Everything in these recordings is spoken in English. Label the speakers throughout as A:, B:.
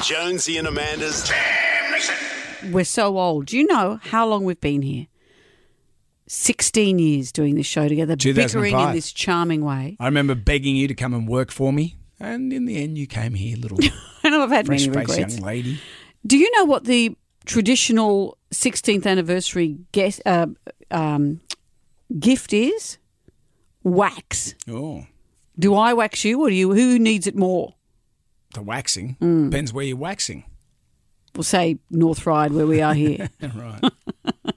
A: Jonesy and Amanda's
B: We're so old. Do you know how long we've been here? 16 years doing this show together, bickering in
C: 2005.
B: this charming way.
C: I remember begging you to come and work for me, and in the end, you came here, little
B: I know I've had
C: fresh
B: many
C: faced young
B: regrets.
C: lady.
B: Do you know what the traditional 16th anniversary guess, uh, um, gift is? Wax.
C: Oh,
B: Do I wax you or do you? Who needs it more?
C: the waxing
B: Mm.
C: depends where you're waxing.
B: We'll say North Ride, where we are here.
C: Right.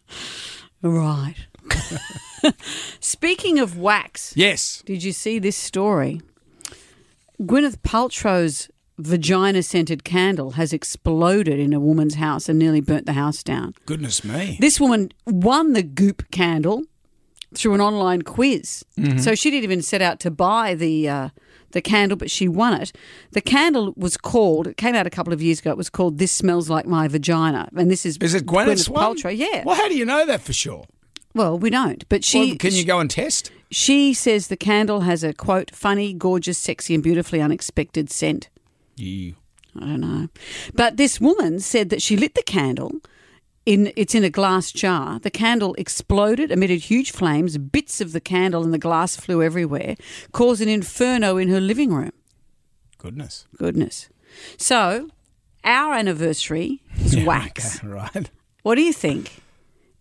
B: right. Speaking of wax,
C: yes.
B: Did you see this story? Gwyneth Paltrow's vagina scented candle has exploded in a woman's house and nearly burnt the house down.
C: Goodness me.
B: This woman won the goop candle through an online quiz.
C: Mm-hmm.
B: So she didn't even set out to buy the uh, the candle, but she won it. The candle was called. It came out a couple of years ago. It was called "This Smells Like My Vagina," and this is
C: Is it Gwyneth's one?
B: Paltrow? Yeah.
C: Well, how do you know that for sure?
B: Well, we don't, but she
C: well, can you go and test?
B: She says the candle has a quote, funny, gorgeous, sexy, and beautifully unexpected scent.
C: You.
B: I don't know. But this woman said that she lit the candle. In, it's in a glass jar. The candle exploded, emitted huge flames. Bits of the candle and the glass flew everywhere, caused an inferno in her living room.
C: Goodness.
B: Goodness. So, our anniversary is wax.
C: Right.
B: What do you think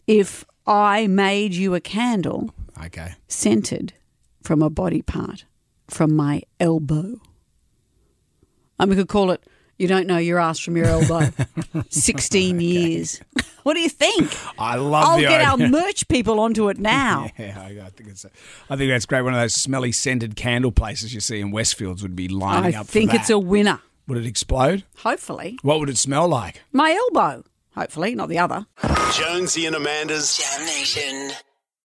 B: if I made you a candle
C: Okay.
B: scented from a body part, from my elbow. And we could call it, you don't know your ass from your elbow. 16 years. What do you think?
C: I love
B: I'll
C: the
B: get our
C: idea.
B: merch people onto it now.
C: Yeah, I, I think it's. I think that's great. One of those smelly scented candle places you see in Westfields would be lining
B: I
C: up.
B: think
C: for
B: it's a winner.
C: Would it explode?
B: Hopefully.
C: What would it smell like?
B: My elbow. Hopefully, not the other.
A: Jonesy and Amanda's
D: Damnation.